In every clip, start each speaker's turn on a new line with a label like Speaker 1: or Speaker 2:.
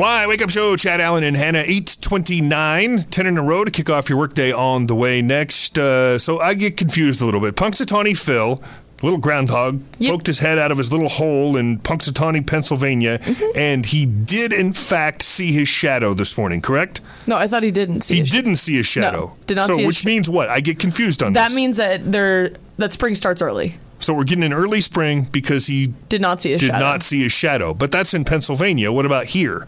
Speaker 1: Why? Wake up show, Chad Allen and Hannah, 829, 10 in a row to kick off your workday on the way next. Uh, so I get confused a little bit. Punxsutawney Phil, little groundhog,
Speaker 2: Yep.
Speaker 1: poked his head out of his little hole in Punxsutawney, Pennsylvania,
Speaker 2: Mm-hmm.
Speaker 1: and he did, in fact, see his shadow this morning, correct?
Speaker 2: No, I thought he didn't see.
Speaker 1: He
Speaker 2: his-
Speaker 1: didn't see his shadow.
Speaker 2: did not
Speaker 1: so,
Speaker 2: see his
Speaker 1: which
Speaker 2: sh-
Speaker 1: means what? I get confused on
Speaker 2: That
Speaker 1: this.
Speaker 2: means that they're that spring starts early.
Speaker 1: so we're getting an early spring because he
Speaker 2: Did not see his
Speaker 1: did
Speaker 2: shadow.
Speaker 1: not see his shadow. But that's in Pennsylvania. What about here?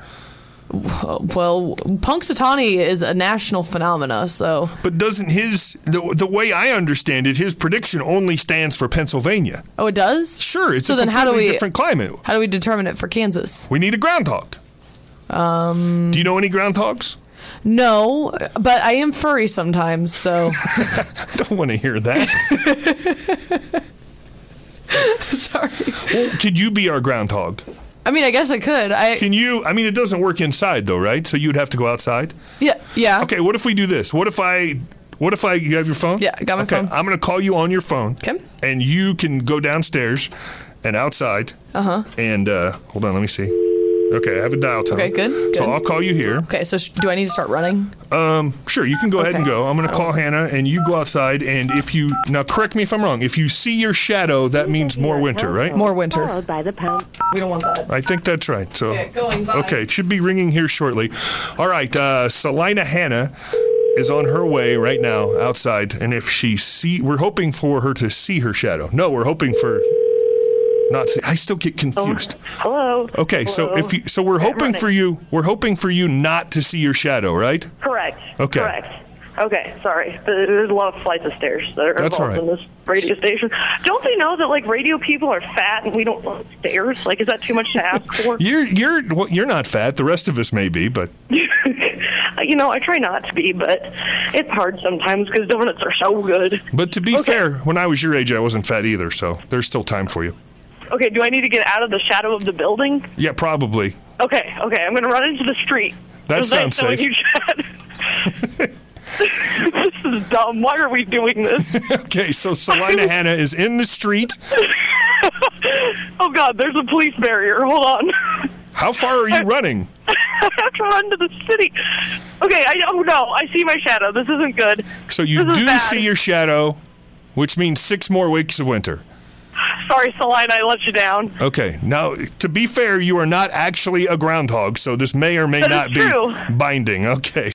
Speaker 2: Well, Punxsutawney is a national phenomena, so
Speaker 1: But doesn't his the, the way I understand it, his prediction only stands for Pennsylvania.
Speaker 2: oh, it does.
Speaker 1: Sure, it's
Speaker 2: So
Speaker 1: a
Speaker 2: then how do
Speaker 1: completely
Speaker 2: we-
Speaker 1: different climate.
Speaker 2: How do we determine it for Kansas?
Speaker 1: We need a groundhog. Um, do you know any groundhogs?
Speaker 2: No, but I am furry sometimes, so
Speaker 1: I don't want to hear that.
Speaker 2: sorry.
Speaker 1: Could you be our groundhog?
Speaker 2: I mean, I guess I could. I
Speaker 1: Can you? I mean, it doesn't work inside though, right? So you'd have to go outside.
Speaker 2: yeah yeah.
Speaker 1: Okay, what if we do this? What if I? What if I? You have your phone?
Speaker 2: Yeah, I got my
Speaker 1: okay,
Speaker 2: phone.
Speaker 1: I'm going to call you on your phone.
Speaker 2: Okay.
Speaker 1: And you can go downstairs and outside. Uh-huh. And, uh hold on, let me see. Okay, I have a dial tone.
Speaker 2: Okay, good,
Speaker 1: So
Speaker 2: good.
Speaker 1: I'll call you here. Um,
Speaker 2: Okay, so sh- do I need to start running?
Speaker 1: Sure, you can go ahead and
Speaker 2: Okay. Oh.
Speaker 1: go. I'm going to call Hannah, and you go outside. And if you now correct me if I'm wrong, if you see your shadow, that means more winter, right?
Speaker 2: More winter.
Speaker 3: Followed by the pound.
Speaker 2: We don't want that.
Speaker 1: I think that's right. So
Speaker 2: Okay, going, bye.
Speaker 1: okay, it should be ringing here shortly. All right, uh, Salina Hannah is on her way right now outside, and if she see, we're hoping for her to see her shadow. No, we're hoping for not see. I still get confused.
Speaker 3: Hello.
Speaker 1: Okay, so
Speaker 3: Hello.
Speaker 1: if you, so, we're hoping for you. We're hoping for you not to see your shadow, right?
Speaker 4: Correct.
Speaker 1: Okay.
Speaker 4: Correct. Okay, sorry. There- There's a lot of flights of stairs that are
Speaker 1: That's all
Speaker 4: involved in
Speaker 1: right.
Speaker 4: this radio station. Don't they know that like radio people are fat and we don't want stairs? Like, is that too much to ask for?
Speaker 1: You're you're well, you're not fat. The rest of us may be, but
Speaker 4: you know, I try not to be, but it's hard sometimes because donuts are so good.
Speaker 1: but to be
Speaker 4: Okay.
Speaker 1: fair, when I was your age, I wasn't fat either. So there's still time for you.
Speaker 4: Okay, do I need to get out of the shadow of the building?
Speaker 1: Yeah, probably.
Speaker 4: Okay, okay, I'm gonna run into the street.
Speaker 1: That
Speaker 4: It was
Speaker 1: sounds
Speaker 4: nice knowing
Speaker 1: safe.
Speaker 4: You, Chad. this is dumb. Why are we doing this?
Speaker 1: Okay, so Salina Hannah is in the street.
Speaker 4: Oh God, there's a police barrier. Hold on.
Speaker 1: How far are you running?
Speaker 4: I have to run to the city. Okay, I oh no, I see my shadow. This isn't good.
Speaker 1: So you
Speaker 4: This is
Speaker 1: do
Speaker 4: bad.
Speaker 1: see your shadow, which means six more weeks of winter.
Speaker 4: Sorry, Celine, I let you down.
Speaker 1: Okay, now to be fair, you are not actually a groundhog, so this may or may
Speaker 4: That is
Speaker 1: not be
Speaker 4: true.
Speaker 1: binding. Okay.